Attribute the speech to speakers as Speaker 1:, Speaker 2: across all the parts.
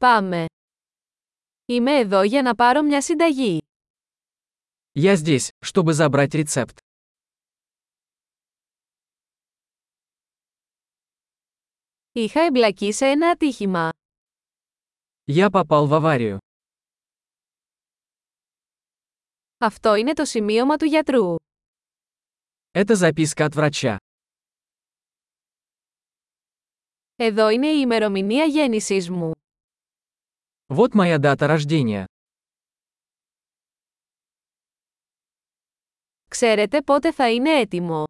Speaker 1: Πάμε. Είμαι εδώ για να πάρω μια συνταγή.
Speaker 2: Я здесь, чтобы забрать рецепт.
Speaker 1: Είχα εμπλακεί σε ένα ατύχημα.
Speaker 2: Я попал в аварию.
Speaker 1: Αυτό είναι το σημείωμα του γιατρού.
Speaker 2: Это записка от врача.
Speaker 1: Εδώ είναι η ημερομηνία γέννησής μου.
Speaker 2: Вот моя дата рождения.
Speaker 1: Ξέρετε πότε θα είναι έτοιμο.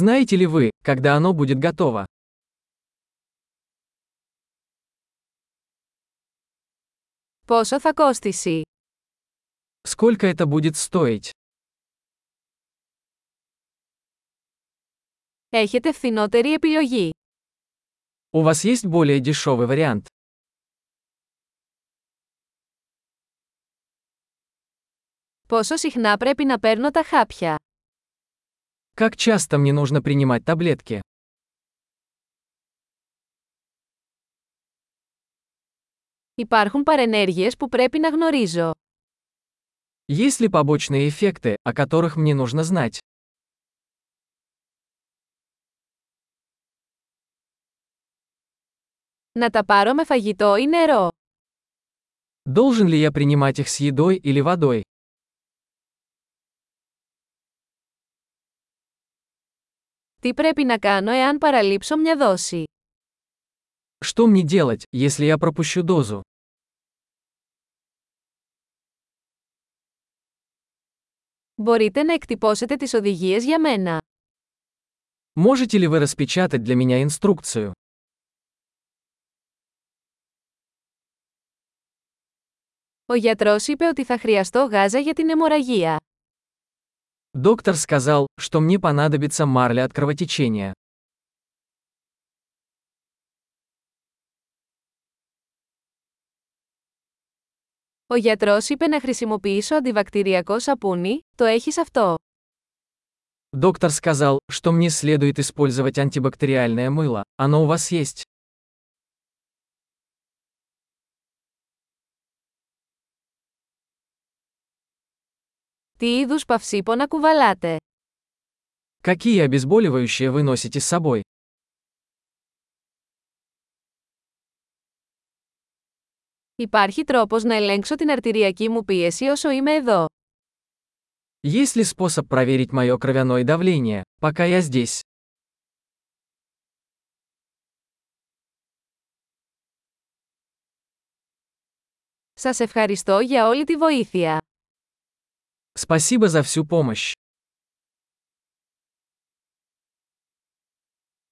Speaker 2: Знаете ли вы, когда оно будет готово?
Speaker 1: Πόσο θα κόστησει.
Speaker 2: Сколько это будет стоить?
Speaker 1: Έχετε φθηνότερη επιλογή.
Speaker 2: У вас есть более дешевый вариант?
Speaker 1: Πόσο συχνά πρέπει να παίρνω τα χάπια.
Speaker 2: Как часто мне нужно принимать таблетки?
Speaker 1: Υπάρχουν παρενέργειες που πρέπει να γνωρίζω.
Speaker 2: Есть ли побочные эффекты, о которых мне нужно знать?
Speaker 1: Να τα πάρω με φαγητό ή νερό.
Speaker 2: Должен ли я принимать их с едой или водой?
Speaker 1: Τι πρέπει να κάνω εάν παραλείψω μια δόση.
Speaker 2: Что мне делать, если я пропущу дозу?
Speaker 1: Μπορείτε να εκτυπώσετε τις οδηγίες για μένα.
Speaker 2: Можете ли вы распечатать для меня инструкцию?
Speaker 1: Ο γιατρός είπε ότι θα χρειαστώ γάζα για την αιμορραγία.
Speaker 2: Доктор сказал, что мне понадобится марля от кровотечения.
Speaker 1: Ο γιατρός είπε να χρησιμοποιήσω αντιβακτηριακό σαπούνι, το έχεις αυτό.
Speaker 2: Доктор сказал, что мне следует использовать антибактериальное мыло. Оно у вас есть?
Speaker 1: Τι είδους παυσίπονα κουβαλάτε.
Speaker 2: Какие обезболивающие вы носите с собой?
Speaker 1: Υπάρχει τρόπος να ελέγξω την αρτηριακή μου πίεση όσο είμαι εδώ.
Speaker 2: Есть ли способ проверить мое кровяное давление, пока я здесь?
Speaker 1: Σας ευχαριστώ για όλη τη βοήθεια.
Speaker 2: Спасибо за всю помощь.